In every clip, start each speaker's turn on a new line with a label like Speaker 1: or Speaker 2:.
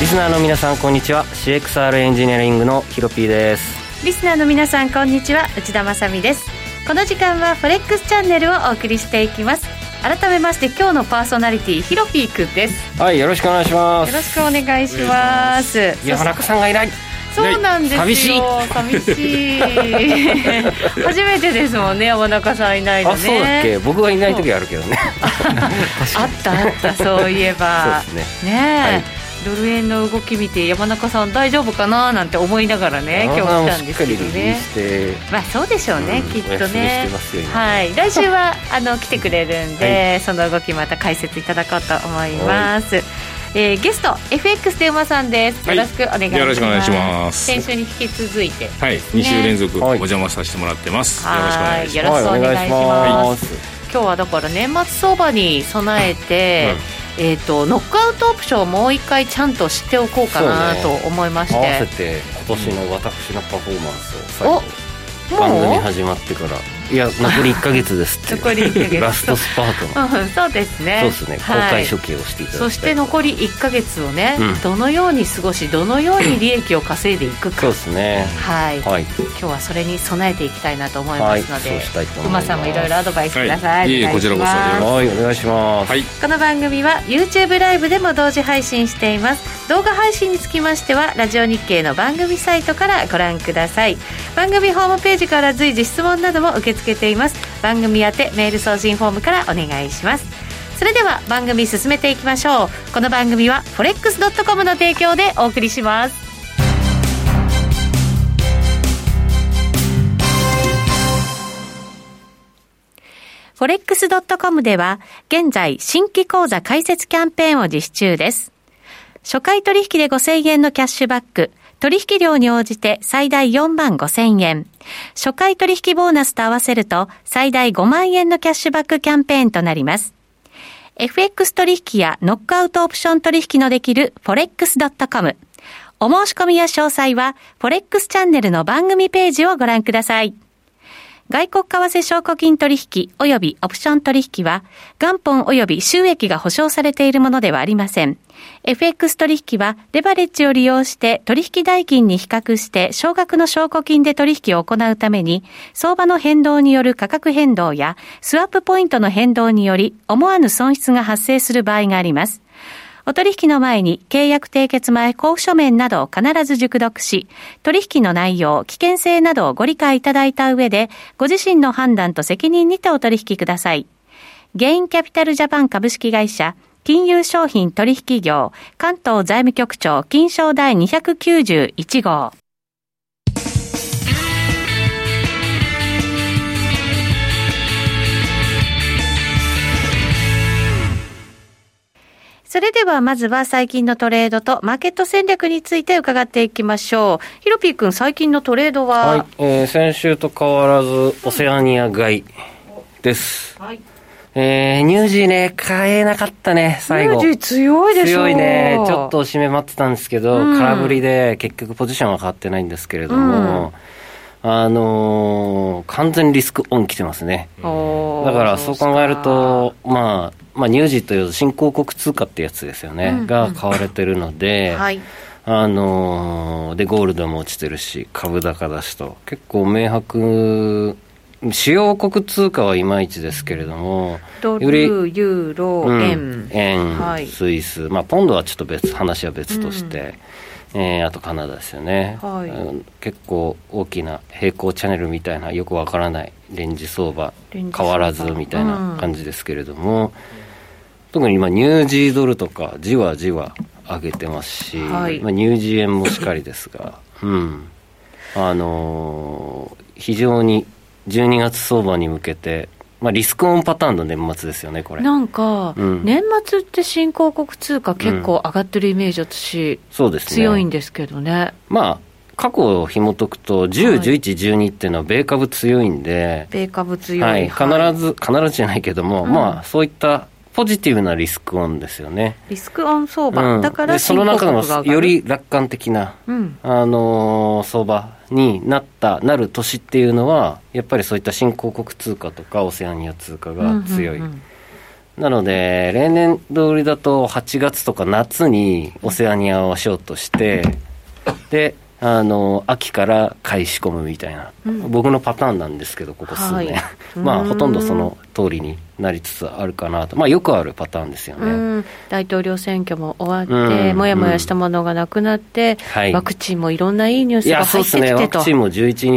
Speaker 1: リスナーの皆さんこんにちは CXR エンジニアリングのヒロピーです
Speaker 2: リスナーの皆さんこんにちは内田まさみですこの時間はフォレックスチャンネルをお送りしていきます改めまして今日のパーソナリティヒロピーくんです
Speaker 1: はいよろしくお願いしま
Speaker 2: よ
Speaker 1: す
Speaker 2: ろしくお願いします
Speaker 1: 山中さんがいない
Speaker 2: そそうなんですよ
Speaker 1: 寂しい
Speaker 2: 寂しい初めてですもんね山中さんいないのね
Speaker 1: あそうだっけ僕がいない時あるけどね
Speaker 2: あったあったそういえば
Speaker 1: そうです
Speaker 2: ねえ、ドル円の動き見て山中さん大丈夫かななんて思いながらね今日
Speaker 1: 山中
Speaker 2: 来
Speaker 1: さ
Speaker 2: た
Speaker 1: んもし
Speaker 2: ん
Speaker 1: っ
Speaker 2: で
Speaker 1: か
Speaker 2: す
Speaker 1: り
Speaker 2: け
Speaker 1: リ
Speaker 2: ど
Speaker 1: リー
Speaker 2: ね
Speaker 1: スして
Speaker 2: まあそうでしょうね、
Speaker 1: うん
Speaker 2: きっ
Speaker 1: お
Speaker 2: と
Speaker 1: 休みして
Speaker 2: ね
Speaker 1: ますよ今
Speaker 2: はい来週はあの来てくれるんで、その動きまた解説いただこうと思います、えーゲスト FX 電話さんですよ
Speaker 3: はい
Speaker 2: ろしくお願いします、
Speaker 3: よろしくお願いします
Speaker 2: 先週に引き続いて
Speaker 3: はい、
Speaker 2: ね
Speaker 3: 二週連続お
Speaker 1: はい
Speaker 3: 邪魔させてもらってます。よろしく
Speaker 2: は
Speaker 3: お願
Speaker 2: い
Speaker 3: いし
Speaker 2: よろ
Speaker 3: ま
Speaker 2: しくお願いし
Speaker 1: はいお願
Speaker 2: ま
Speaker 1: いし
Speaker 2: す今日はだから年末相場に備えて、えー、とノックアウトオプションをもう一回ちゃんと知っておこうかな
Speaker 1: そ
Speaker 2: と
Speaker 1: う
Speaker 2: 思いまし
Speaker 1: 合わ
Speaker 2: て
Speaker 1: せ、て今年の私のパフォーマンスを最
Speaker 2: お
Speaker 1: 後番組
Speaker 2: もう
Speaker 1: 始まってからいや残り1か月です って
Speaker 2: 残り1ヶ月
Speaker 1: ラストスパートの
Speaker 2: うん そうですね
Speaker 1: そうですね公
Speaker 2: は
Speaker 1: 開
Speaker 2: い
Speaker 1: 処刑をしていただきたい
Speaker 2: そして残り1か月をね、
Speaker 1: うん
Speaker 2: どのように過ごしどのように利益を稼いでいく
Speaker 1: そ
Speaker 2: か
Speaker 1: うですね
Speaker 2: はい、
Speaker 1: はい
Speaker 2: 今日はそれに備えていきたいなと思いま
Speaker 1: はい
Speaker 2: すので、
Speaker 1: そうしたいと思い
Speaker 2: 馬
Speaker 1: ます
Speaker 2: さんもいろいろアドバイスくださ、
Speaker 3: はいいいえいえ
Speaker 2: お願
Speaker 3: こちらこそ
Speaker 2: します
Speaker 3: よ。
Speaker 1: はいお願いします
Speaker 3: はい、
Speaker 2: この番組は YouTube ライブでも同時配信しています動画配信につきましてはラジオ日経の番組サイトからご覧ください番組ホームページから随時質問なども受け付けています番組宛てメール送信フォームからお願いしますそれでは番組進めていきましょうこの番組は forex.com の提供でお送りしますフォレックス .com では現在新規講座開設キャンペーンを実施中です初回取引で5000円のキャッシュバック、取引量に応じて最大4万5000円。初回取引ボーナスと合わせると最大5万円のキャッシュバックキャンペーンとなります。FX 取引やノックアウトオプション取引のできる forex.com。お申し込みや詳細は forex チャンネルの番組ページをご覧ください。外国為替証拠金取引及びオプション取引は、元本及び収益が保証されているものではありません。FX 取引は、レバレッジを利用して取引代金に比較して少額の証拠金で取引を行うために、相場の変動による価格変動や、スワップポイントの変動により、思わぬ損失が発生する場合があります。お取引の前に契約締結前交付書面などを必ず熟読し、取引の内容、危険性などをご理解いただいた上で、ご自身の判断と責任にてお取引ください。ゲインキャピタルジャパン株式会社、金融商品取引業、関東財務局長、金賞第291号。それではまずは最近のトレードとマーケット戦略について伺っていきましょう。ヒロピー君、最近のトレードは、
Speaker 1: はい、えー先週と変わらずオセアニア買いです、
Speaker 2: はい
Speaker 1: えー、ニュージーね買えなかったね最後
Speaker 2: ニュージー強いでしょ
Speaker 1: 強いねちょっと締め待ってたんですけど、
Speaker 2: うん
Speaker 1: 空振りで結局ポジションは変わってないんですけれども、あのー完全にリスクオン来てますね
Speaker 2: おー
Speaker 1: だからそう考えると、まあ、まあニュージーという新興国通貨ってやつですよね、
Speaker 2: うん
Speaker 1: が買われてるので、
Speaker 2: はい
Speaker 1: あのーで、ゴールドも落ちてるし、株高だしと、結構明白、主要国通貨はいまいちですけれども、
Speaker 2: ド
Speaker 1: より
Speaker 2: ル、ユーロ、
Speaker 1: うん
Speaker 2: 円、
Speaker 1: 円、
Speaker 2: はい
Speaker 1: スイス、まあ、ポンドはちょっと別、話は別として、えーあとカナダですよね、
Speaker 2: はい
Speaker 1: うん結構大きな平行チャンネルみたいな、よくわからないレンジ相場、
Speaker 2: レンジ相場
Speaker 1: 変わらずみたいな感じですけれども、特に今、ニュージードルとか、じわじわ上げてますし、
Speaker 2: はい
Speaker 1: まあ、ニュージー円もしっかりですが、うん、あのー非常に12月相場に向けて、まあ、リスクオンパターンの年末ですよね、これ。
Speaker 2: なんか、
Speaker 1: うん
Speaker 2: 年末って新興国通貨結構上がってるイメージだし、
Speaker 1: そうですね。
Speaker 2: 強いんですけどね
Speaker 1: まあ、過去を紐解くと、
Speaker 2: はい
Speaker 1: 10、11、12っていうのは米株強いんで、
Speaker 2: 米株強い、
Speaker 1: は
Speaker 2: はい
Speaker 1: い、必ず、必ずじゃないけども、
Speaker 2: うん
Speaker 1: まあ、そういったポジティブなリスクオンですよね。
Speaker 2: リスクオン相場、
Speaker 1: うん、
Speaker 2: だから
Speaker 1: でそ
Speaker 2: 新
Speaker 1: の中で
Speaker 2: 興国が
Speaker 1: も
Speaker 2: 上がる
Speaker 1: より楽観的な、
Speaker 2: うん
Speaker 1: あのー相場になった、なる年っていうのは、やっぱりそういった新興国通貨とか、オセアニア通貨が強い。
Speaker 2: うんうんうん
Speaker 1: なので、例年通りだと8月とか夏にオセアニアをショートして、で、あの、秋から買い仕込むみたいな、僕のパターンなんですけど、ここ数年。
Speaker 2: はい
Speaker 1: ま
Speaker 2: う
Speaker 1: あ、
Speaker 2: ん
Speaker 1: ほとんどその通りになりつつあるかなと。まあ、よくあるパターンですよね。
Speaker 2: うん、大統領選挙も終わって、
Speaker 1: うん
Speaker 2: もやもやしたものがなくなって、
Speaker 1: はい
Speaker 2: ワクチンもいろんないいニュース
Speaker 1: いや、
Speaker 2: が
Speaker 1: そ
Speaker 2: 入
Speaker 1: うで
Speaker 2: って
Speaker 1: す
Speaker 2: き
Speaker 1: ね。
Speaker 2: て
Speaker 1: ワ
Speaker 2: と。
Speaker 1: クチンも11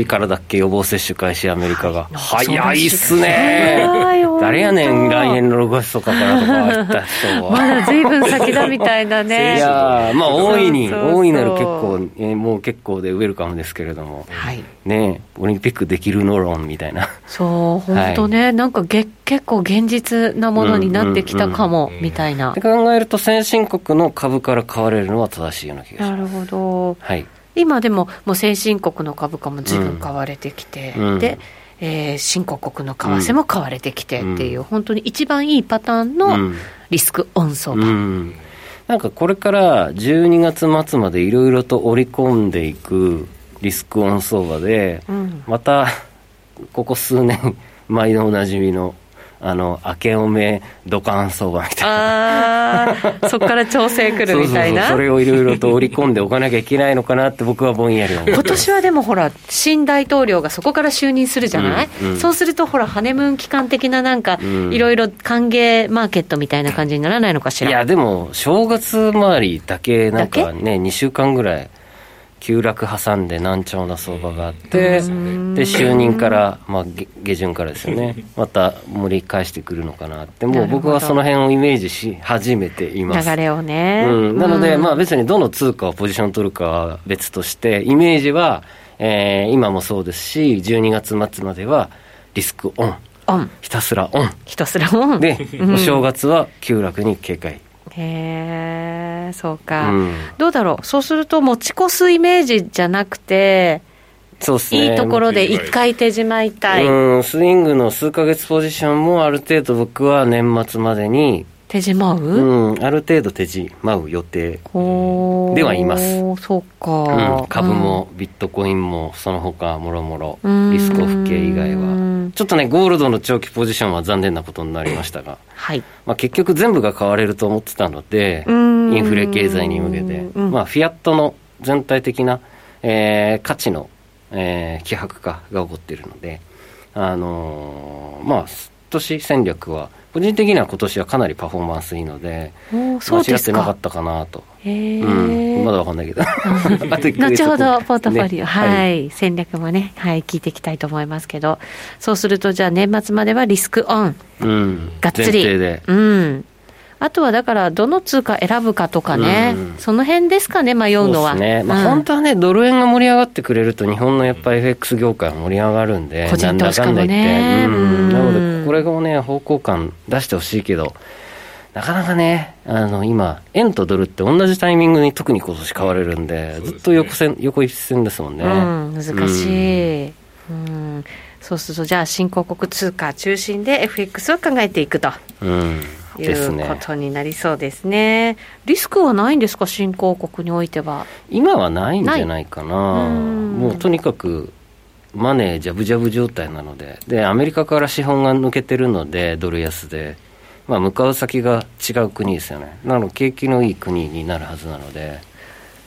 Speaker 1: 日からだっけ予防接種開始、アメリカが。早いっす
Speaker 2: 早い
Speaker 1: ね
Speaker 2: 本。当
Speaker 1: 誰やねん、来年の6月とかからとか言った人は。
Speaker 2: まだ随分先だみたいなね。
Speaker 1: いやーまあ
Speaker 2: そうそうそう
Speaker 1: 大いに大いなる結構、えーもう結構でウェルカムですけれども、
Speaker 2: はい
Speaker 1: ねえオリンピックできるの論みたいな
Speaker 2: そう、本当ね、なんかげ結構現実なものになってきたかも、
Speaker 3: うんうんうん
Speaker 2: みたいな
Speaker 1: って。考えると先進国の株から買われるのは正しいような気がし
Speaker 2: な
Speaker 1: ます
Speaker 2: るほど。
Speaker 1: はい
Speaker 2: 今でも、もう先進国の株価もずいぶん買われてきて、
Speaker 1: うん
Speaker 2: で、えー新興国の為替も買われてきてっていう、本当に一番いいパターン
Speaker 1: う
Speaker 2: の
Speaker 1: ん
Speaker 2: リスクオン相場。
Speaker 1: うんなんかこれから12月末までいろいろと織り込んでいくリスクオン相場で、
Speaker 2: うん
Speaker 1: またここ数年毎度おなじみのあの明けおめドカン相場みたいな
Speaker 2: あー、そっから調整くるみたいな。
Speaker 1: そうそうそうそれをいろいろと織り込んでおかなきゃいけないのかなって僕はぼんやり思 う
Speaker 2: 今年はでもほら、新大統領がそこから就任するじゃない、
Speaker 1: うんうん
Speaker 2: そうするとほら、ハネムーン期間的ななんか、
Speaker 1: ん
Speaker 2: いろいろ歓迎マーケットみたいな感じにならないのかし
Speaker 1: い
Speaker 2: ら。
Speaker 1: やでも正月周りだけなん
Speaker 2: だ
Speaker 1: かね2週間ぐらい急落挟んで難聴な相場があってで就任から、まあ、げ下旬からですよねまた盛り返してくるのかなっても
Speaker 2: な
Speaker 1: う
Speaker 2: るほど
Speaker 1: 僕はその辺をイメージし始めています
Speaker 2: 流れをね。
Speaker 1: うん、なので、
Speaker 2: うん
Speaker 1: まあ、別にどの通貨をポジション取るかは別として、イメージは、えー今もそうですし、12月末まではリスクオン、
Speaker 2: オン。
Speaker 1: ひたすらオン、
Speaker 2: ひたすらオン。
Speaker 1: で、
Speaker 2: うん
Speaker 1: お正月は急落に警戒、
Speaker 2: へー、そうか、
Speaker 1: うん
Speaker 2: どうだろう。そうすると持ち越すイメージじゃなくて、
Speaker 1: そうですね、
Speaker 2: いいところで一回手締まいたい。
Speaker 1: うん、スイングの数ヶ月ポジションもある程度、僕は年末までに、
Speaker 2: 手締まう、
Speaker 1: うん、ある程度手締まう予定、
Speaker 2: ほー
Speaker 1: ではいます。
Speaker 2: そうか、
Speaker 1: うん、株もビットコインも、その他もろもろ
Speaker 2: うん、
Speaker 1: リスクオフ系以外は。
Speaker 2: うん
Speaker 1: ちょっとね、ゴールドの長期ポジションは残念なことになりましたが、
Speaker 2: はい。
Speaker 1: まあ、結局全部が買われると思ってたので、
Speaker 2: うーん
Speaker 1: インフレ経済に向けて、
Speaker 2: うん
Speaker 1: まあ、フィアットの全体的な、えー価値の、えー希薄化が起こっているので、あのーまあ、今年戦略は、個人的には今年はかなりパフォーマンスいいので、
Speaker 2: おーそう
Speaker 1: 間
Speaker 2: で
Speaker 1: 違っ
Speaker 2: す
Speaker 1: てなか
Speaker 2: か
Speaker 1: っ。たかなと。
Speaker 2: へー
Speaker 1: うん、まだわかんない けど。あと一ヶ月
Speaker 2: 後
Speaker 1: 後
Speaker 2: ほどポートフォリオ、
Speaker 1: ね
Speaker 2: はい、戦略もね、はい、聞いていきたいと思いますけど、そうすると、じゃあ年末まではリスクオン、
Speaker 1: うん。
Speaker 2: がっつ
Speaker 1: 前
Speaker 2: り。
Speaker 1: 提で。
Speaker 2: うん。あとはだから、どの通貨選ぶかとかね、
Speaker 1: うん
Speaker 2: その辺ですかね、迷うのは。
Speaker 1: そうですね。まあ、
Speaker 2: うん
Speaker 1: 本当はね、ドル円が盛り上がってくれると、日本のやっぱ FX 業界は盛り上がるんで、
Speaker 2: 個人投資家も
Speaker 1: な
Speaker 2: ね
Speaker 1: んだかんだ言
Speaker 2: うん
Speaker 1: って。うん。なので、これもね、方向感出してほしいけど、なかなかね、あの、今、円とドルって同じタイミングに特に今年買われるんで、
Speaker 3: そうですね
Speaker 1: ずっと横線、横一線ですもんね。
Speaker 2: うん、難しい。うん。そうすると、じゃあ、新興国通貨中心で FX を考えていくと。
Speaker 1: うん。
Speaker 2: い
Speaker 1: です
Speaker 2: うこ
Speaker 1: ね。
Speaker 2: とになりそうですね。リスクはないんですか、新興国においては。
Speaker 1: 今はないんじゃないかな
Speaker 2: ないうん
Speaker 1: もうとにかくマネージャブジャブ状態なのででアメリカから資本が抜けてるのでドル安で、まあ、向かう先が違う国ですよねなので景気のいい国になるはずなので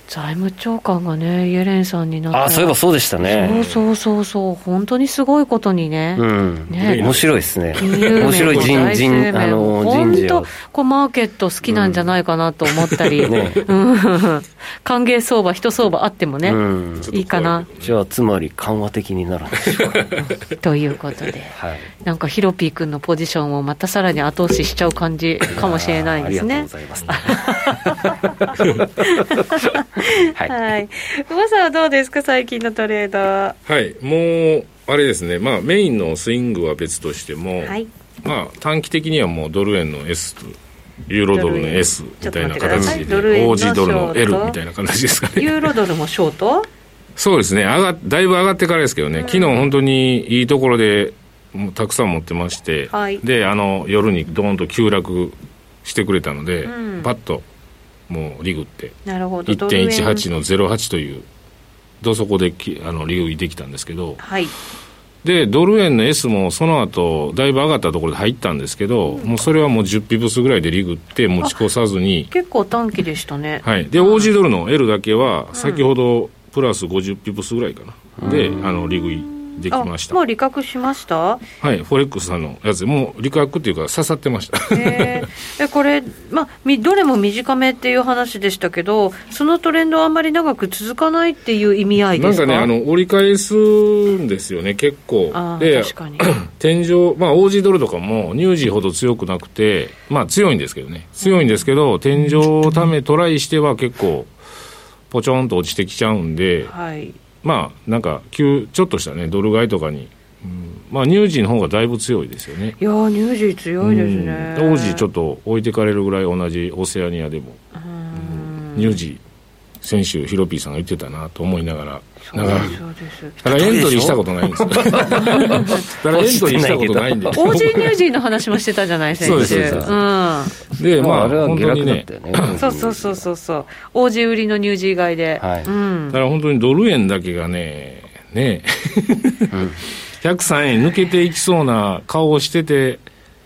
Speaker 2: 財務長官がね、イエレンさんになって。
Speaker 1: ああそういえばそうでした
Speaker 2: そう
Speaker 1: ね
Speaker 2: そうそうそう、本当にすごいことにね。
Speaker 1: うん、
Speaker 2: ね
Speaker 1: 面白いですね
Speaker 2: 金融面
Speaker 1: 面白い人
Speaker 2: 財政
Speaker 1: 人あ
Speaker 2: 面
Speaker 1: の
Speaker 2: 本
Speaker 1: 人事
Speaker 2: 当
Speaker 1: を、
Speaker 2: こうマーケット好きなんじゃないかなと思った り、
Speaker 1: ね
Speaker 2: うん歓迎相場、人相場あってもね、
Speaker 1: うん
Speaker 3: ちょっと怖
Speaker 2: いいかな
Speaker 1: じゃあつまり緩和的になるんでし ょうか
Speaker 2: ということで、
Speaker 1: はい
Speaker 2: なんかヒロピー君のポジションをまたさらに後押ししちゃう感じかもしれないです
Speaker 1: あ
Speaker 2: ね
Speaker 1: りが。とうございます、 はい、
Speaker 2: はい、馬さんはどうですか、最近のトレードは。
Speaker 3: はい、もう、あれですね、まあ、メインのスイングは別としても、
Speaker 2: はい
Speaker 3: まあ、短期的にはもうドル円の S と、ユーロドルの S みたいな
Speaker 2: ちょっと待ってください
Speaker 3: 形で、
Speaker 2: ドル円の
Speaker 3: OG ドルの L
Speaker 2: ショート
Speaker 3: みたいな形ですかね。
Speaker 2: ユーロドルもショート
Speaker 3: そうですね上が、だいぶ上がってからですけどね、昨日本当にいいところで、もうたくさん持ってまして、
Speaker 2: はい
Speaker 3: で、あの、夜にドーンと急落してくれたので、
Speaker 2: うん
Speaker 3: パッと、もうリグって、
Speaker 2: なるほど、ドル円
Speaker 3: 1.18の08という、どそこできあの利用できたんですけど、
Speaker 2: はい、
Speaker 3: で、ドル円の S もその後、だいぶ上がったところで入ったんですけど、もうそれはもう10ピプスぐらいでリグって持ち越さずに、
Speaker 2: 結構短期でしたね。
Speaker 3: はい。で、OG ドルの L だけは、先ほどプラス50ピプスぐらいかな。で、あの、利食いでき
Speaker 2: あ、
Speaker 3: ました
Speaker 2: も。う利確しました
Speaker 3: はい。フォレックスさんのやつ、もう利確っていうか刺さってました。
Speaker 2: へーえこ れ、まあ、みどれも短めっていう話でしたけど、そのトレンドはあんまり長く続かないっていう意味合い
Speaker 3: な
Speaker 2: で
Speaker 3: ん
Speaker 2: すか
Speaker 3: かね、あの、折り返すんですよね、結構
Speaker 2: あ。ー
Speaker 3: で、
Speaker 2: 確か に。
Speaker 3: 天井、まあ、オージードルとかも、ニュージーほど強くなくて、まあ、強いんですけどね。強いんですけど、天井をため、トライしては結構、ポチョンと落ちてきちゃうんで、
Speaker 2: はい。
Speaker 3: まあ、なんか、急、ちょっとしたね、ドル買いとかに、うんまあ、ニュージーの方がだいぶ強いですよね。
Speaker 2: いやー、ニュージー強いですね。
Speaker 3: うんオージーちょっと置いてかれるぐらい同じオセアニアでも、
Speaker 2: うん
Speaker 3: ニュージー、先週ヒロピーさんが言ってたなと思いながら、
Speaker 2: そ
Speaker 3: な
Speaker 2: う
Speaker 3: が
Speaker 2: で
Speaker 3: ら、
Speaker 2: す、そうです。
Speaker 3: ただエントリーしたことない んですよ。ただエントリーしたことないんで。
Speaker 2: オージーニュージーの話もしてたじゃない、先
Speaker 3: そう
Speaker 2: 週。
Speaker 3: ですそうです
Speaker 2: ん。
Speaker 3: で、
Speaker 1: ま
Speaker 3: ま
Speaker 1: あ、
Speaker 3: あ、
Speaker 1: あれは
Speaker 3: 本
Speaker 1: 下
Speaker 3: 当に
Speaker 1: 落だっ
Speaker 3: ね
Speaker 1: た、よね。
Speaker 2: そうそうそうそうそう。オージー売りのニュージー買いで。
Speaker 1: はい
Speaker 2: うん
Speaker 3: だから本当にドル円だけがね、ね、103円抜けていきそうな顔をしてて、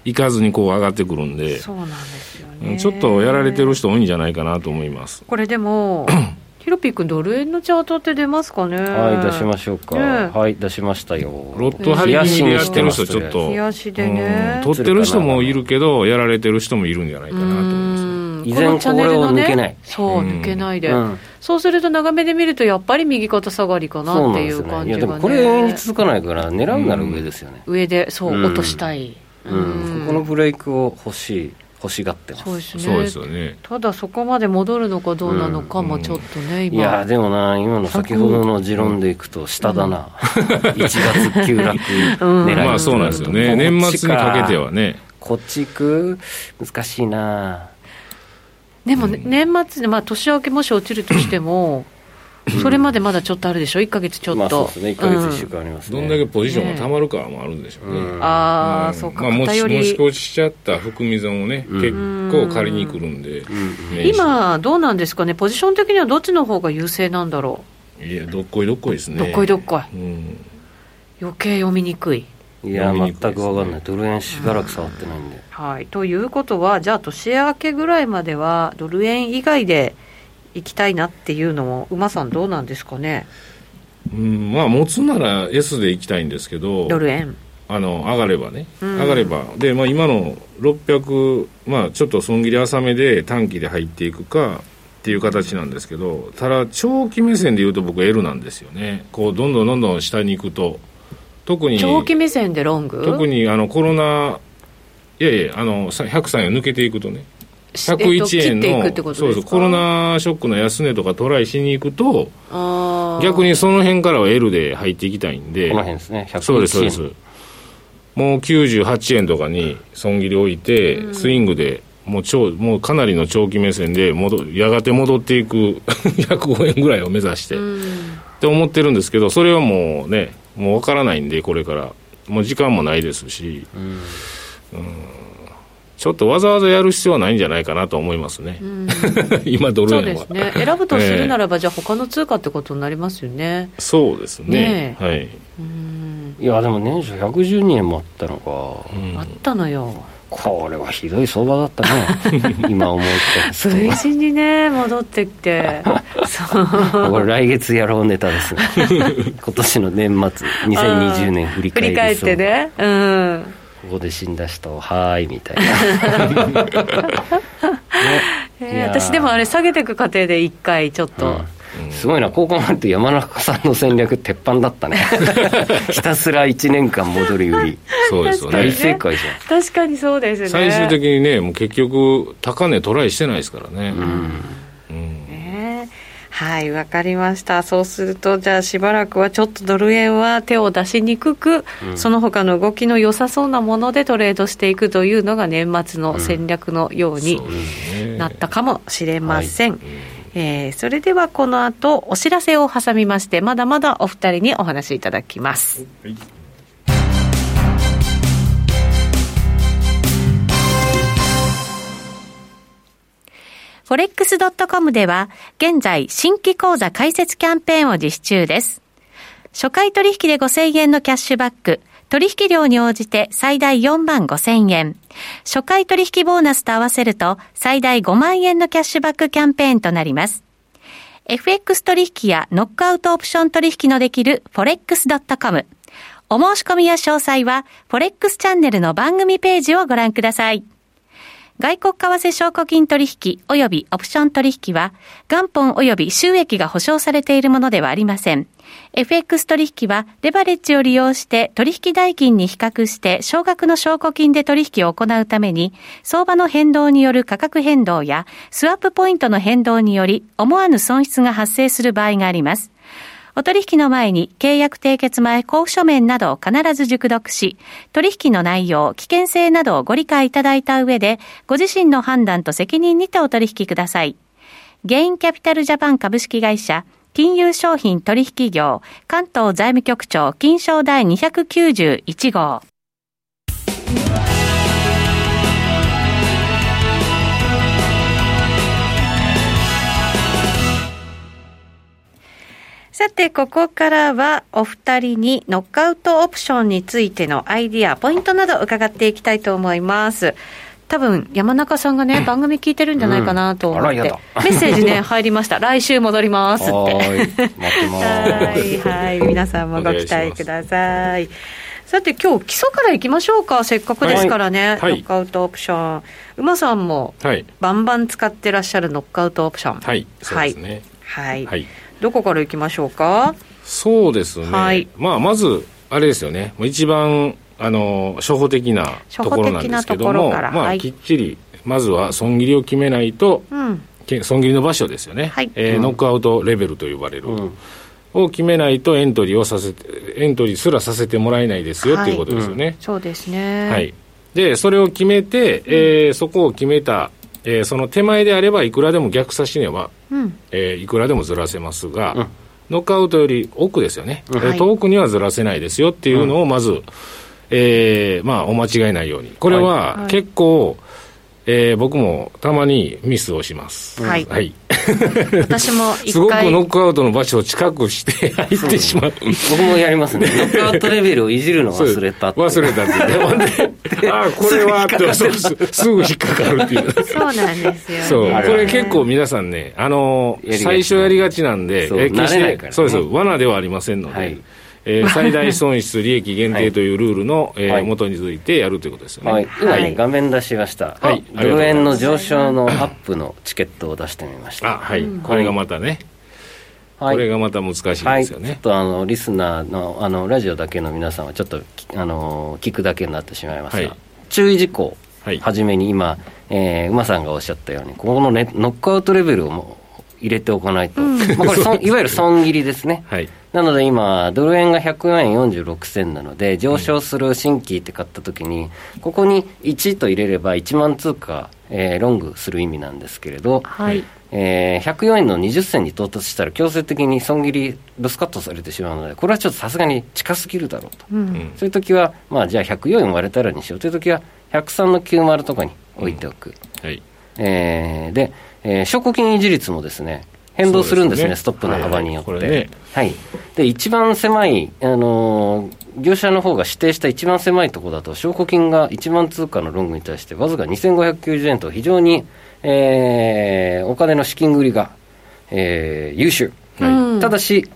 Speaker 3: 行かずにこう上がってくるんで、
Speaker 2: そうなんですよ
Speaker 3: うん
Speaker 2: ね。
Speaker 3: ちょっとやられてる人多いんじゃないかなと思います。
Speaker 2: これ でも、ヒロピー君、ドル円のチャートって出ますかね。
Speaker 1: はい、出しましょうか。
Speaker 2: ねえ
Speaker 1: はい、出しましたよ。
Speaker 3: ロット張り気味でやってる人ちょっと、
Speaker 2: 冷やしでね
Speaker 3: うん取ってる人もいるけど、やられてる人もいるんじゃないかなと思いますね。
Speaker 1: 依然
Speaker 2: このチャンネルのね
Speaker 1: これを抜けない
Speaker 2: そう、
Speaker 3: うん
Speaker 2: 抜けないで、
Speaker 1: うん
Speaker 2: そうすると長めで見ると、やっぱり右肩下がり
Speaker 1: そ
Speaker 2: かな
Speaker 1: う
Speaker 2: っ
Speaker 1: な
Speaker 2: て
Speaker 1: ん
Speaker 2: い
Speaker 1: です
Speaker 2: う
Speaker 1: よ
Speaker 2: 感
Speaker 1: ね。い
Speaker 2: じ
Speaker 1: や、で
Speaker 2: が
Speaker 1: も
Speaker 2: ね
Speaker 1: これ上に続かないから、狙うなら上ですよね。
Speaker 2: 上で、そう、
Speaker 1: うん
Speaker 2: 落としたい、
Speaker 1: うん、そこのブレイクを欲しい、欲しがってます
Speaker 2: そう。ですね
Speaker 3: そうですよね。
Speaker 2: ただそこまで戻るのかどうなのかも
Speaker 3: うん
Speaker 2: ちょっとね、
Speaker 1: いや
Speaker 2: 今
Speaker 1: ーでもな今の先ほどの持論でいくと下だな、1月 急落
Speaker 2: うん
Speaker 1: 狙い
Speaker 3: まあそうなんですよね。年末にかけてはね。
Speaker 1: こっち行く難しいな
Speaker 2: でも、ね年末で、まあ、年明けもし落ちるとしてもそれまでまだちょっとあるでしょ1か月ちょっと、
Speaker 1: まあそうですね1ヶ月
Speaker 2: うん
Speaker 1: 1週間ありますね、
Speaker 3: どんだけポジションがたまるかもあるんでしょうね。
Speaker 1: うん
Speaker 2: ああ、そうか、
Speaker 3: まあ、持ち
Speaker 2: 偏り
Speaker 3: 持ち越しちゃった含み損をね、
Speaker 1: うん
Speaker 3: 結構借りに来るんで、年始
Speaker 2: 今、どうなんですかね、ポジション的にはどっちの方が優勢なんだろ
Speaker 3: いやどっこいどっこいです
Speaker 2: う、
Speaker 3: ね
Speaker 2: どっこいどっこい、
Speaker 3: うん
Speaker 2: 余計読みにくい。
Speaker 1: いや
Speaker 3: 飲み
Speaker 1: 全
Speaker 3: にくいですね
Speaker 1: くわかんないドル円しばらく触ってないんで
Speaker 2: はい、ということは、じゃあ、年明けぐらいまでは、ドル円以外で行きたいなっていうのも、馬さん、どうなんですかね、
Speaker 3: うんまあ持つなら S で行きたいんですけど
Speaker 2: ドル円。
Speaker 3: あの上がればね、
Speaker 2: ん
Speaker 3: 上がればで、まあ、今の600、まあ、ちょっと損切り浅めで短期で入っていくかっていう形なんですけどただ長期目線で言うと僕 L なんですよねこうどんどんどんどん下に行くと特に
Speaker 2: 長期目線でロング
Speaker 3: 特にあのコロナいやいやあのさ103円を抜けていくとね
Speaker 2: しえっと
Speaker 3: 101
Speaker 2: 切
Speaker 3: 円
Speaker 2: ってい
Speaker 3: の、
Speaker 2: くってこと
Speaker 3: そう
Speaker 2: ですか
Speaker 3: そうコロナショックの安値とかトライしに行くと
Speaker 2: あー
Speaker 3: 逆にその辺からは L で入っていきたいんで
Speaker 1: この辺ですね101円
Speaker 3: そうですそうですもう98円とかに損切り置いて、スイングでもう超もうかなりの長期目線で戻やがて戻っていく 105円ぐらいを目指して、
Speaker 2: うん
Speaker 3: って思ってるんですけどそれはもうねもう分からないんでこれからもう時間もないですし、
Speaker 1: ん
Speaker 3: ちょっとわざわざやる必要はないんじゃないかなと思いますね、 今ドル
Speaker 2: そう
Speaker 3: 円
Speaker 2: で
Speaker 3: は
Speaker 2: すね、選ぶとするならば、じゃあ、他の通貨ってことになりますよね。
Speaker 3: そうですね
Speaker 2: ね
Speaker 3: はい、
Speaker 2: うん
Speaker 1: いやでも年初112円もあったのか、
Speaker 3: うん
Speaker 2: あったのよ
Speaker 1: これはひどい相場だった ね今思い返す
Speaker 2: 水準にね戻ってき てそう
Speaker 1: とこれ来月やろうネタです ね今年の年末2020年振り
Speaker 2: 振
Speaker 1: 返
Speaker 2: り
Speaker 1: り
Speaker 2: 返っ
Speaker 1: そう
Speaker 2: てねうん
Speaker 1: ここで死んだ人をはーいみたいな、
Speaker 2: えー
Speaker 1: いやー
Speaker 2: 私でもあれ下げていく過程で一回ちょっ と、
Speaker 1: うんすごいなこう考えると山中さんの戦略鉄板だった ねひたすら1年間戻り売り
Speaker 3: そうですよ
Speaker 1: 大
Speaker 3: ね
Speaker 1: 正解じゃん
Speaker 2: 確かにそうですね
Speaker 3: 最終的にねもう結局高値トライしてないですからね、うん
Speaker 2: ねはいわかりましたそうするとじゃあしばらくはちょっとドル円は手を出しにくく、その他の動きの良さそうなものでトレードしていくというのが年末の戦略のように、
Speaker 3: そうですね
Speaker 2: なったかもしれません。えーそれではこの後お知らせを挟みましてまだまだお二人にお話しいただきます。
Speaker 4: forex.com では現在新規講座開設キャンペーンを実施中です。初回取引で5000円のキャッシュバック、取引量に応じて最大4万5000円。初回取引ボーナスと合わせると最大5万円のキャッシュバックキャンペーンとなります。FX 取引やノックアウトオプション取引のできる forex.com。お申し込みや詳細は forex チャンネルの番組ページをご覧ください。外国為替証拠金取引及びオプション取引は、元本及び収益が保証されているものではありません。FX 取引は、レバレッジを利用して取引代金に比較して少額の証拠金で取引を行うために、相場の変動による価格変動や、スワップポイントの変動により、思わぬ損失が発生する場合があります。お取引の前に契約締結前交付書面などを必ず熟読し、取引の内容、危険性などをご理解いただいた上で、ご自身の判断と責任にてお取引ください。ゲインキャピタルジャパン株式会社、金融商品取引業、関東財務局長、金賞第291号。
Speaker 2: さて、ここからはお二人にノックアウトオプションについてのアイディア、ポイントなど伺っていきたいと思います。多分山中さんがね、番組聞いてるんじゃないかなと思っ
Speaker 1: う
Speaker 2: て、
Speaker 1: んあらやだ
Speaker 2: メッセージね、入りました。来週戻りますって。
Speaker 1: はーい待ってま
Speaker 2: は
Speaker 1: ーす
Speaker 2: い、はい、 皆さんもご期待ください。さて、今日基礎からいきましょうか、せっかくですからね、
Speaker 3: はいはい
Speaker 2: ノックアウトオプション。馬さんも
Speaker 3: はい
Speaker 2: バンバン使ってらっしゃるノックアウトオプション。
Speaker 3: はいそうですね
Speaker 2: はい。
Speaker 3: はい
Speaker 2: どこからいきましょうか。
Speaker 3: そうですね、
Speaker 2: はい
Speaker 3: まあまずあれですよねもう一番あの初歩的なところなんですけど
Speaker 2: 初歩的なとこ
Speaker 3: も
Speaker 2: ろから
Speaker 3: ま
Speaker 2: は
Speaker 3: あ、
Speaker 2: い
Speaker 3: きっちりまずは損切りを決めないと
Speaker 2: うん。
Speaker 3: け損切りの場所ですよね、
Speaker 2: はい
Speaker 3: えーノックアウトレベルと呼ばれる、
Speaker 1: うん
Speaker 3: を決めないとエントリーをさせてエントリーすらさせてもらえないですよ、
Speaker 2: はい
Speaker 3: っていうことですよね、
Speaker 2: そうですね。
Speaker 3: はい。でそれを決めて、えーそこを決めた、えーその手前であればいくらでも逆差し値は、
Speaker 2: うん。
Speaker 3: えーいくらでもずらせますが、
Speaker 1: うん
Speaker 3: ノックアウトより奥ですよね、
Speaker 1: うん
Speaker 3: えー遠くにはずらせないですよっていうのをまず、えーまあお間違えないようにこれ
Speaker 2: は
Speaker 3: はい結構、えー僕もたまにミスをします、
Speaker 2: はい
Speaker 3: はい
Speaker 2: 私も一回。
Speaker 3: すごくノックアウトの場所を近くして入ってしまう。
Speaker 1: 僕もやりますねノックアウトレベルをいじるの忘れたって
Speaker 3: 忘れたって言って。ああ、これはって、そうすすぐ引っかかるっていう。
Speaker 2: そうなんですよ、ね。
Speaker 3: そう。
Speaker 1: あるある
Speaker 3: これ結構皆さんね、あのー
Speaker 1: やりがち
Speaker 3: 最初やりがちなんで、
Speaker 1: そう
Speaker 3: えー
Speaker 1: 慣れないからね
Speaker 3: そうです。罠ではありませんので、
Speaker 1: はい
Speaker 3: えー最大損失、利益限定というルールの、えー
Speaker 1: はい
Speaker 3: 元についてやるということですよね。
Speaker 1: はい、今、
Speaker 2: はい
Speaker 1: 画面出しました、
Speaker 3: はい
Speaker 1: ドル円の上昇のアップのチケットを出してみまし
Speaker 3: あ、
Speaker 1: た、
Speaker 3: はい。これがまたね、
Speaker 1: はい、
Speaker 3: これがまた難しいです
Speaker 1: はい、ち
Speaker 3: よ
Speaker 1: ょ
Speaker 3: ね。
Speaker 1: っとあのリスナーのあのラジオだけの皆さんはちょっときあの聞くだけになってしまいますが、
Speaker 3: はい
Speaker 1: 注意事項、
Speaker 3: は
Speaker 1: はいじめに今、えー馬さんがおっしゃったようにここの、ね、ノックアウトレベルをもう入れておかないと、まあ、これ損いわゆる損切りですね、
Speaker 3: はい。
Speaker 1: なので今、ドル円が104円46銭なので、上昇する新規って買ったときに、ここに1と入れれば1万通貨、えーロングする意味なんですけれど、
Speaker 2: はい。
Speaker 1: えー104円の20銭に到達したら強制的に損切りロスカットされてしまうのでこれはちょっとさすがに近すぎるだろうと、
Speaker 2: うん
Speaker 3: うん
Speaker 1: そういう時はまあじゃあ104円割れたらにしようという時は103の90とかに置いておく、
Speaker 3: はい。
Speaker 1: えーで、えー証拠金維持率もですね変動するんですね
Speaker 3: そうですね
Speaker 1: ストップの幅によって、
Speaker 3: は
Speaker 1: はいい
Speaker 3: これね
Speaker 1: で一番狭い、あのー業者の方が指定した一番狭いところだと証拠金が1万通貨のロングに対してわずか2590円と非常に、えーお金の資金繰りが、えー優秀、
Speaker 2: うん
Speaker 1: ただし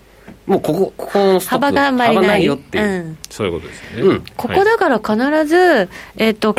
Speaker 1: もうここここのストップ
Speaker 2: 幅があんまりない。
Speaker 1: よっていう、
Speaker 2: ん
Speaker 3: そういうことですよ
Speaker 1: う
Speaker 3: ね。
Speaker 1: ん
Speaker 2: ここだから必ず、えっ、と、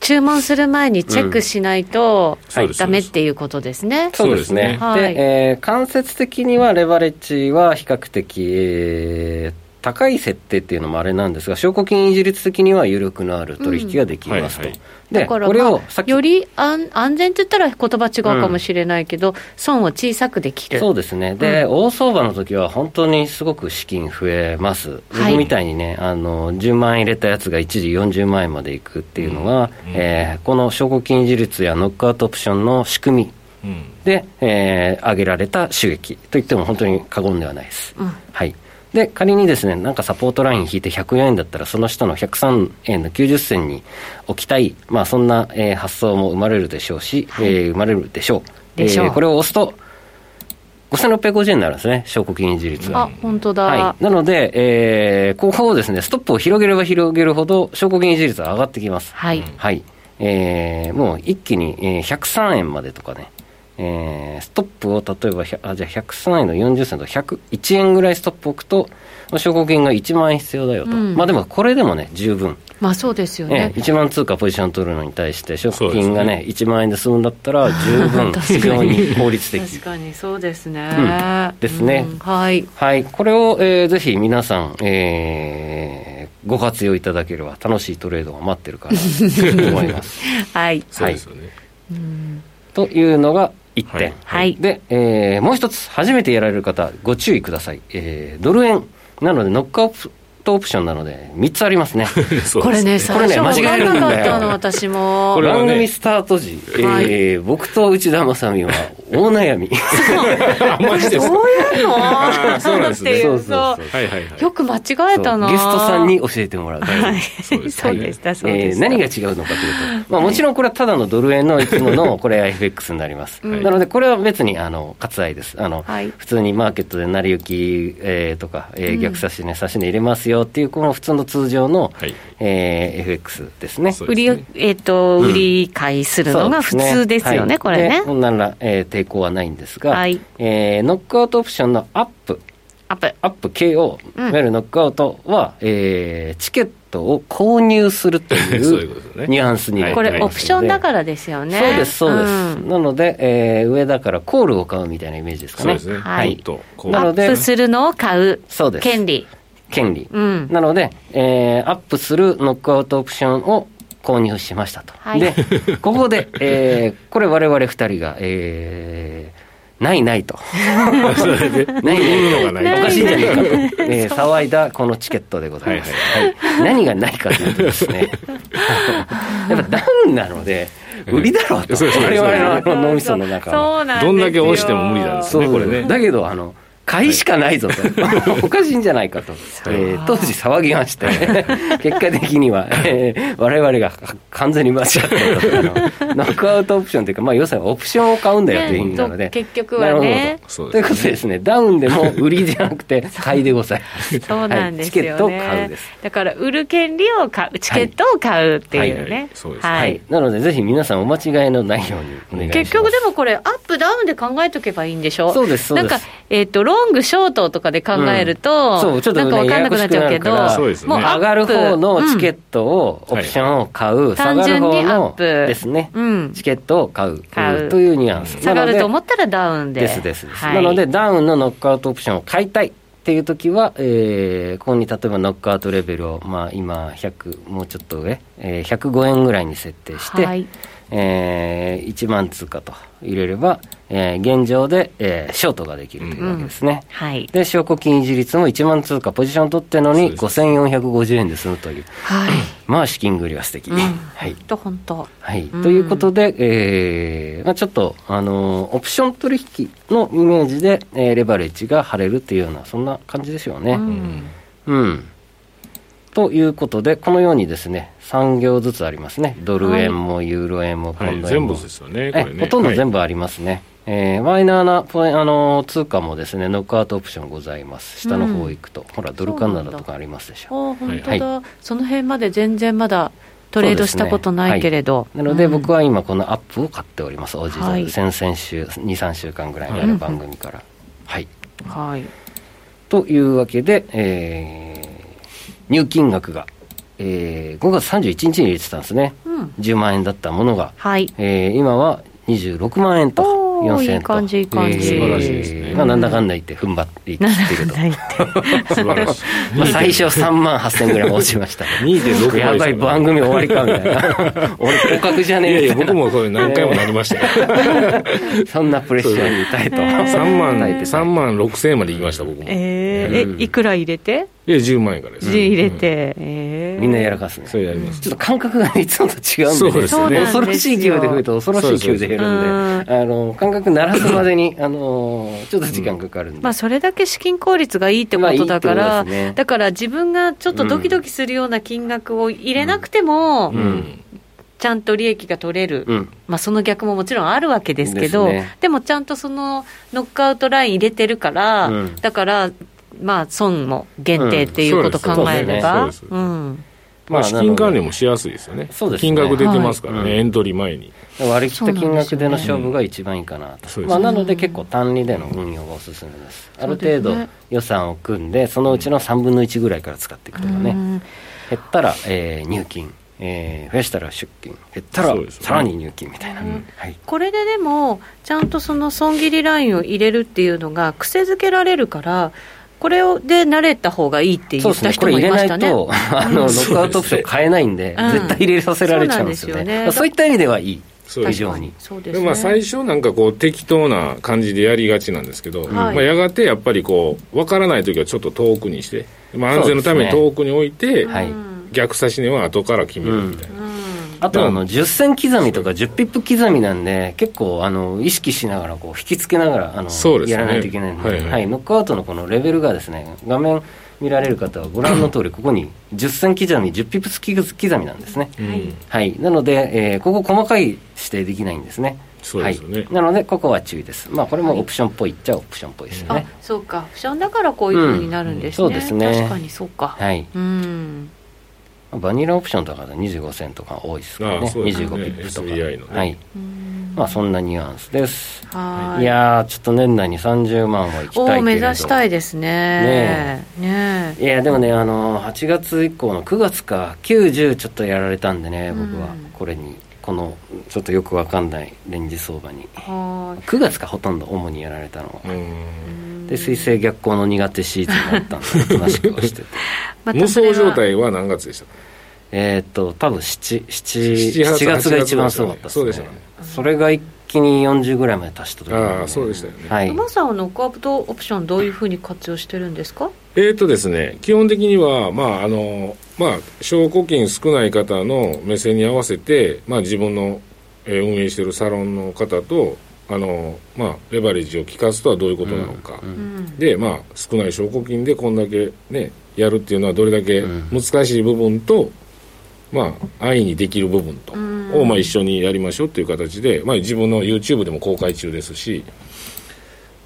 Speaker 2: 注文する前にチェックしないと、
Speaker 3: そうです
Speaker 2: ダメっていうことですね。
Speaker 1: そうですね。
Speaker 2: そうですね
Speaker 1: で、えー間接的にはレバレッジは比較的、えー高い設定っていうのもあれなんですが、証拠金維持率的には有力のある取引ができますと。
Speaker 3: うんはい
Speaker 1: で、
Speaker 2: だから、
Speaker 1: これを
Speaker 2: まあ
Speaker 1: さっき
Speaker 2: より安安全って言ったら言葉違うかもしれないけど、損を小さくできる。
Speaker 1: そうですね、で、大相場の時は本当にすごく資金増えます、
Speaker 2: はい
Speaker 1: 僕みたいにねあの、10万円入れたやつが一時40万円までいくっていうのが、えーこの証拠金維持率やノックアウトオプションの仕組み
Speaker 3: うん
Speaker 1: で、えー上げられた収益といっても本当に過言ではないです。
Speaker 2: うん
Speaker 1: はい、で仮にですねなんかサポートライン引いて104円だったらその下の103円の90銭に置きたい、まあ、そんな、えー発想も生まれるでしょうし、えー生まれるでしょう
Speaker 2: でしょう
Speaker 1: えーこれを押すと5650円になるんですね、証拠金利率
Speaker 4: あ
Speaker 1: は。
Speaker 4: 本当だ、
Speaker 1: はい、なので、えー、ここをですね、ストップを広げれば広げるほど、証拠金利率は上がってきます。
Speaker 2: はい
Speaker 1: はい。えー、もう一気に、えー、103円までとかね、えー、ストップを例えば100、あ、じゃあ103円の40銭と101円ぐらいストップを置くと、まあ証拠金が1万円必要だよと。
Speaker 4: うん
Speaker 1: まあでも、これでもね、十分。
Speaker 4: まあそうですよね
Speaker 1: ええ、1万通貨ポジション取るのに対して、証拠金が
Speaker 3: そ
Speaker 1: ね、1万円で済むんだったら、十分、非
Speaker 4: 確か
Speaker 1: 常
Speaker 4: に
Speaker 1: に効率的。
Speaker 4: 確かにそうですね、
Speaker 1: うんですね
Speaker 4: うんはい
Speaker 1: はい、これを、えーぜひ皆さん、えーご活用いただければ楽しいトレードが待ってるかなと思います。
Speaker 4: はい
Speaker 3: そうですよね、
Speaker 1: というのが1点、
Speaker 2: はいはい
Speaker 1: で、えーもう一つ初めてやられる方ご注意ください、えードル円なのでノックアウトオプションなので3つありますね
Speaker 3: そう
Speaker 4: これね
Speaker 1: これ
Speaker 4: 最
Speaker 1: ね
Speaker 4: 初分
Speaker 1: 間
Speaker 4: か
Speaker 1: 違える
Speaker 4: ん
Speaker 1: ん
Speaker 4: な
Speaker 1: だ
Speaker 4: か
Speaker 1: よ
Speaker 4: ったの私 も
Speaker 3: これはね
Speaker 1: 番組スタート時、えー僕と内田正美は大悩み
Speaker 3: あマジですか
Speaker 4: そういうの
Speaker 3: あーそうなんですね
Speaker 4: っていう
Speaker 1: そうそうそう
Speaker 3: はいはいはい
Speaker 4: よく間違えたな
Speaker 1: ゲストさんに教えてもらう、
Speaker 4: はい
Speaker 3: そうですね
Speaker 4: そうでしたそう
Speaker 1: え
Speaker 4: で
Speaker 1: ー
Speaker 4: した、
Speaker 1: 何が違うのかというと、まあ、もちろんこれはただのドル円のいつものこれ FX になります、
Speaker 4: うん
Speaker 1: なのでこれは別にあの割愛ですあの、
Speaker 4: はい
Speaker 1: 普通にマーケットで成り行き、えーとか、えー
Speaker 4: うん
Speaker 1: 逆差し値差し値入れますよっていうこの普通の通常の、
Speaker 3: はい
Speaker 1: えー FX ですね
Speaker 3: そう
Speaker 2: 売りを
Speaker 3: ですね、
Speaker 2: えっ、と、
Speaker 1: うん
Speaker 2: 売り買いするのが普
Speaker 1: そうね
Speaker 2: 通ですよね、
Speaker 1: はい
Speaker 2: これね
Speaker 1: で。こんなら、えー抵抗はないんですが、
Speaker 2: はい
Speaker 1: えーノックアウトオプションのアップ
Speaker 2: アップ。
Speaker 1: アップ KO、
Speaker 2: うん
Speaker 1: いわゆるノックアウトは、えーチケットを購入すると
Speaker 3: そ
Speaker 1: い
Speaker 3: ういう
Speaker 1: う
Speaker 3: ことですね
Speaker 1: ニュアンスになって
Speaker 2: こ
Speaker 1: おり
Speaker 2: れ、オ
Speaker 1: ま
Speaker 2: プ
Speaker 1: す
Speaker 2: ショ
Speaker 1: の
Speaker 2: ン
Speaker 1: で
Speaker 2: だからですよね。
Speaker 1: そうです、そうです。
Speaker 2: ん
Speaker 1: なので、えー上だからコールを買うみたいなイメージですか
Speaker 3: そう
Speaker 1: ね。
Speaker 3: ですね
Speaker 2: は
Speaker 3: はいいとこ
Speaker 1: な
Speaker 2: ア
Speaker 1: の
Speaker 2: ッ
Speaker 1: で
Speaker 2: プするのを買う
Speaker 1: そうです
Speaker 2: 権利。
Speaker 1: 権利。
Speaker 2: うん。
Speaker 1: なので、えーアップするノックアウトオプションを購入しましたと。
Speaker 2: はい
Speaker 1: で、ここで、えーこれ我々二人が、えーないないと。ないない
Speaker 3: のがない
Speaker 1: おかしいんじゃないかと、えー騒いだこのチケットでございます。はい何がないかというとですね、やっぱダウンなので、売りだろうと、
Speaker 3: そうですね
Speaker 1: 我々の脳みその中は。
Speaker 4: そうなんですよ
Speaker 3: どんだけ押しても無理なんですねこれね
Speaker 1: だけどあの買いしかないぞと、 おかしいんじゃないかと、 えー当時騒ぎまして、結果的には、えー、我々が完全に間違ったとあ のノックアウトオプションというか、まあ、要するにオプションを買うんだよという意味なので、
Speaker 4: ね結局はね
Speaker 1: なるほど
Speaker 3: そう
Speaker 1: と
Speaker 3: で
Speaker 1: いう
Speaker 3: す
Speaker 1: ことでですね、ダウンでも売りじゃな くて、買いでございます。
Speaker 4: そうなんですよね、
Speaker 1: はいチケットを買うです
Speaker 4: だから売る権利を買うチケットを買うっていう
Speaker 1: はい
Speaker 3: はい
Speaker 4: ね
Speaker 3: そうですね
Speaker 1: は
Speaker 4: はい
Speaker 1: い、なので、ぜひ皆さん、お間違いのないようにお願いします。
Speaker 4: 結局でもこれアップダウンで考えとけばいいんでしょ
Speaker 1: そうですそうです
Speaker 4: なんか、えっとロングショートとかで考えると、
Speaker 1: うんそうちょっと
Speaker 4: なんか分かんなくなっちゃうけど
Speaker 1: ややこしくなるから
Speaker 3: そうですね
Speaker 4: もう
Speaker 1: 上がる方のチケッ
Speaker 4: ト、
Speaker 1: トを、
Speaker 3: うん
Speaker 1: オプションを買う、下
Speaker 4: 単
Speaker 1: がる
Speaker 4: 純に
Speaker 1: 方
Speaker 4: アッ
Speaker 1: の
Speaker 4: プ
Speaker 1: ですね、
Speaker 4: うん
Speaker 1: チケットを買う
Speaker 4: 買う
Speaker 1: というニュアンス。
Speaker 4: 下がると思
Speaker 1: っ
Speaker 4: ったらダウンで
Speaker 1: ですですです、
Speaker 4: はい
Speaker 1: なので、ダウンのノックアウトオプションを買いたい。っていう時は、えー、ここに例えばノックアウトレベルを、まあ、今100もうちょっと上、えー、105円ぐらいに設定して、
Speaker 4: はい
Speaker 1: えー1万通貨と入れれば、えー現状で、えーショートができるというわけですね、
Speaker 4: はい
Speaker 1: で証拠金維持率も1万通貨ポジション取ってるの
Speaker 3: そう
Speaker 1: に
Speaker 3: です
Speaker 1: 5450円で済むという
Speaker 4: はい
Speaker 1: まあ資金繰りは素敵、はい
Speaker 4: と本当
Speaker 1: はい、
Speaker 4: うん
Speaker 1: ということで、えーまあ、ちょっと、あのーオプション取引のイメージで、えーレバレッジが張れるっていうようなそんな感じでしょうね、
Speaker 4: うん
Speaker 1: うん。ということで、このようにですね、3行ずつありますね。ドル円もユーロ円もポ
Speaker 3: は
Speaker 1: ン
Speaker 3: い
Speaker 1: ド円
Speaker 3: 全
Speaker 1: も。
Speaker 3: 部ですよねこ
Speaker 1: え
Speaker 3: れね
Speaker 1: ほとんど全
Speaker 3: 部
Speaker 1: 部ありますね。えーマイナーなポイあのー通貨もですね、ノックアウトオプションございます。下の方行くと、ほら、ドルカナダとかありますでしょ。
Speaker 4: お本当
Speaker 1: はい
Speaker 4: だ、その辺まで全然まだトレードしたことないけれど、
Speaker 1: なので、
Speaker 4: うん
Speaker 1: 僕は今、このアップを買っております、オージードル
Speaker 4: はい
Speaker 1: 先々週、2、3週間ぐらい前の番組から。はい
Speaker 4: はい
Speaker 1: というわけで、えー入金額が、えー5月31日に入れてたんですね、
Speaker 4: うん
Speaker 1: 10万円だったものが、
Speaker 4: はい
Speaker 1: えー今は26万円と
Speaker 4: おー
Speaker 1: 4000
Speaker 4: い
Speaker 1: 円
Speaker 4: い
Speaker 1: と
Speaker 4: 感じいい感じ
Speaker 1: えー
Speaker 3: 素晴らしいですね
Speaker 1: まあ、なんだかんだ言って踏ん張っていきってると、
Speaker 3: 素晴 らしい
Speaker 1: まあ、最初3万8000円ぐらい落ちましたね
Speaker 3: 2.6倍
Speaker 1: やばい番組終わりかみたいな俺広角じゃ
Speaker 3: い
Speaker 1: ねえ
Speaker 3: やい
Speaker 1: み
Speaker 3: や
Speaker 1: たい
Speaker 3: 僕
Speaker 1: な
Speaker 3: もこれ何回もなりましたよ
Speaker 1: そんなプレッシャーにいたいと、
Speaker 3: 3万
Speaker 1: 耐えてた
Speaker 3: 3万6千円まで行きました僕もいや
Speaker 4: えーえいくら入れて
Speaker 3: 10万円からです
Speaker 4: 字入れて、えー
Speaker 1: みんなやらかすね
Speaker 3: それやります
Speaker 1: ちょっと感覚がね、いつもと違うんで,、
Speaker 3: そうですよね
Speaker 1: 恐ろしい勢いで増えて、恐ろしい勢いで減るんで、
Speaker 4: そう
Speaker 1: あの感覚鳴らすまでに、あのちょっと時間かかるんで、
Speaker 4: まあ、それだけ資金効率がいいってことだから、
Speaker 1: まあいいってことですね
Speaker 4: だから自分がちょっとドキドキするような金額を入れなくても、
Speaker 1: うん
Speaker 3: うん
Speaker 4: ち
Speaker 2: ちゃんと利益が取れる、
Speaker 1: うん
Speaker 2: まあ、その逆ももちろんあるわけですけど、
Speaker 1: で
Speaker 2: です
Speaker 1: ね
Speaker 2: もちゃんとそのノックアウトライン入れてるから、
Speaker 1: うん
Speaker 2: だから、まあ、損も限定っていうこと
Speaker 1: う
Speaker 2: を
Speaker 1: んそう
Speaker 2: 考
Speaker 1: です
Speaker 2: えれば、
Speaker 3: そう
Speaker 2: う
Speaker 3: ですそうです
Speaker 2: ん
Speaker 3: まあ、資
Speaker 1: な
Speaker 3: 金
Speaker 1: ので
Speaker 3: 管理もしやすいですよね。
Speaker 1: そうですね
Speaker 3: 金額出てますからね、
Speaker 1: はい
Speaker 3: エントリー前に。
Speaker 1: 割り切った金額での勝負が一番いいかなと、
Speaker 3: そうですね
Speaker 1: まあ、なので結構単利での運用がおすすめです、ある程
Speaker 2: そうです
Speaker 1: 度
Speaker 2: ね
Speaker 1: 予算を組んでそのうちの3分の1ぐらいから使っていくとかね、
Speaker 2: うん
Speaker 1: 減ったら、えー入金、えー増やしたら出金減ったら
Speaker 3: そうですよね
Speaker 1: さらに入金みたいな、
Speaker 2: うん
Speaker 1: はい、
Speaker 2: これででも、ちゃんとその損切りラインを入れるっていうのが、癖づけられるから、これをで慣れた方がいいって
Speaker 1: そ
Speaker 2: 言
Speaker 1: う
Speaker 2: っ
Speaker 1: です
Speaker 2: た
Speaker 1: ねこれ入
Speaker 2: 人もい
Speaker 1: れ
Speaker 2: ま
Speaker 1: な
Speaker 2: し
Speaker 1: い
Speaker 2: た
Speaker 1: と、
Speaker 2: ね。
Speaker 1: あのノックアウトオプション買えないんで、
Speaker 2: うん
Speaker 1: 絶対入れさせられちゃうんですよね
Speaker 2: そうなんですよね
Speaker 1: そういった意味ではいい
Speaker 3: そうです
Speaker 1: 非常に
Speaker 2: そうで
Speaker 3: です
Speaker 2: ね。
Speaker 3: まあ、最初なんかこう適当な感じでやりがちなんですけど、まあ、やがてやっぱりこう分からない時はちょっと遠くにして、まあ、安全のために
Speaker 1: そう
Speaker 3: 遠くに置いて、
Speaker 1: はい
Speaker 2: うん
Speaker 3: 逆差し値は後から決めるみたいな、
Speaker 2: うん
Speaker 1: あとあの10銭刻みとか10ピップ刻みなんで結構あの意識しながらこう引きつけながらあの、
Speaker 3: そうですね
Speaker 1: やらないといけないので、
Speaker 3: は
Speaker 1: はいい
Speaker 3: はい
Speaker 1: ノックアウトのこのレベルがですね画面見られる方はご覧の通りここに10銭刻み10ピップ刻みなんですね、
Speaker 3: うん
Speaker 1: はい、なので、えーここ細かい指定できないんですね
Speaker 3: そうですよね
Speaker 1: はい、なのでここは注意ですまあこれもオプションっぽいっちゃオプションっぽいですよ
Speaker 2: あ
Speaker 1: ね、
Speaker 2: そうか、不詳だからこういうふうになるんですね。
Speaker 1: うんそうですね
Speaker 2: 確かにそうか。
Speaker 1: はい、
Speaker 2: うん。
Speaker 1: バニラオプションとかだと25銭とか多いですから
Speaker 3: ああ
Speaker 1: ね
Speaker 3: そうですね
Speaker 1: 25ピップとか、
Speaker 3: SBI のね
Speaker 1: はい
Speaker 2: うん
Speaker 1: まあそんなニュアンスです
Speaker 2: はい
Speaker 1: やー、ちょっと年内に30万は行き
Speaker 2: お
Speaker 1: たいけれ
Speaker 2: ー
Speaker 1: ど
Speaker 2: 目指したいですね。ねえ。
Speaker 1: いや、でもね、あのー、8月以降の9月か、9、10ちょっとやられたんでね、僕は
Speaker 2: うん、
Speaker 1: これに、この、ちょっとよくわかんないレンジ相場に。
Speaker 2: は
Speaker 1: 9月か、ほとんど主にやられたのは。
Speaker 3: うん
Speaker 1: で、水星逆行の苦手シーズンだったんで、 おとなしくはしてて。
Speaker 2: ーいま
Speaker 3: 無双状。
Speaker 2: たそれは
Speaker 3: 態は何月でしたか
Speaker 1: えーっと、多分7、7、
Speaker 3: 7
Speaker 1: 7月が一番すごかったですね。
Speaker 3: そうでしたね
Speaker 1: それが一気に40ぐらいまで達した時なん
Speaker 3: ああそうでしたよね
Speaker 1: はい。
Speaker 2: 馬さんはノックアウトオプションどういうふうに活用してるんですか
Speaker 3: えーとですね、基本的には、まああのまあ、証拠金少ない方の目線に合わせて、まあ、自分の、えー運営しているサロンの方とあの、まあ、レバレッジを利かすとはどういうことなのか、
Speaker 1: うんうん
Speaker 2: うん
Speaker 3: でまあ、少ない証拠金でこんだけ、ね、やるっていうのはどれだけ
Speaker 1: うん
Speaker 3: 難しい部分と、まあ、安易にできる部分と、
Speaker 2: うん
Speaker 3: を、まあ、一緒にやりましょうっていう形で、まあ、自分の YouTube でも公開中ですし、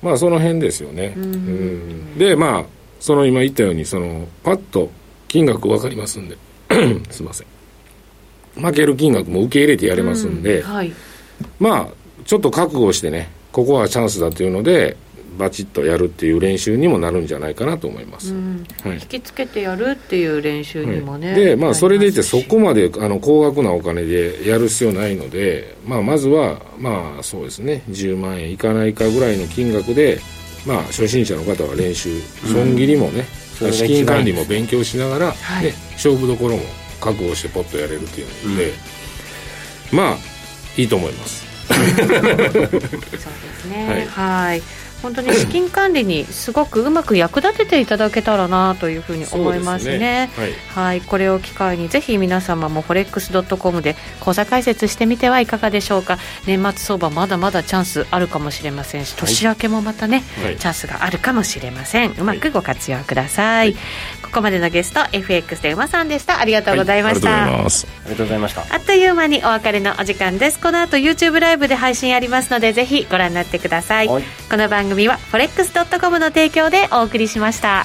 Speaker 3: まあ、その辺ですよね。
Speaker 2: うん
Speaker 3: うんで、まあ、その今言ったように、その、パッと金額分かりますんで、 すいません。負ける金額も受け入れてやれますんで、
Speaker 2: うはい。
Speaker 3: まあ、ちょっと覚悟してね、ここはチャンスだというので、バチッとやるっていう練習にもなるんじゃないかなと思いま
Speaker 2: う
Speaker 3: す。
Speaker 2: ん
Speaker 3: はい
Speaker 2: 引きつけてやるっていう練習にもね。
Speaker 3: で、まあ、それでいて、そこ
Speaker 2: も。
Speaker 3: まであの高額なお金でやる必要ないので、まあ、まずは、まあ、そうですね、10万円いかないかぐらいの金額で、まあ、初心者の方は練習、損切りもね、
Speaker 1: それが一
Speaker 3: 資
Speaker 1: 番
Speaker 3: 金管理も勉強しながら、ね
Speaker 2: はい
Speaker 3: 勝負どころも覚悟してポッとやれるっていうので、まあ、いいと思います。
Speaker 2: そうですね。はい。本当に資金管理にすごくうまく役立てていただけたらなというふうに思います
Speaker 3: そうです
Speaker 2: ね。
Speaker 3: はい
Speaker 2: はい、これを機会にぜひ皆様も forex.com で口座開設してみてはいかがでしょうか年末相場まだまだチャンスあるかもしれませんし年明けもまたね、
Speaker 3: はい
Speaker 2: チャンスがあるかもしれませんうまくご活用ください、ここまでのゲスト FX で馬さんでしたありがとうございました、
Speaker 3: はいありがとうございます
Speaker 1: ありがとうございました。
Speaker 2: あっという間にお別れのお時間ですこの後 YouTube ライブで配信ありますのでぜひご覧になってください、
Speaker 1: はい
Speaker 2: この番組は forex.com の提供でお送りしました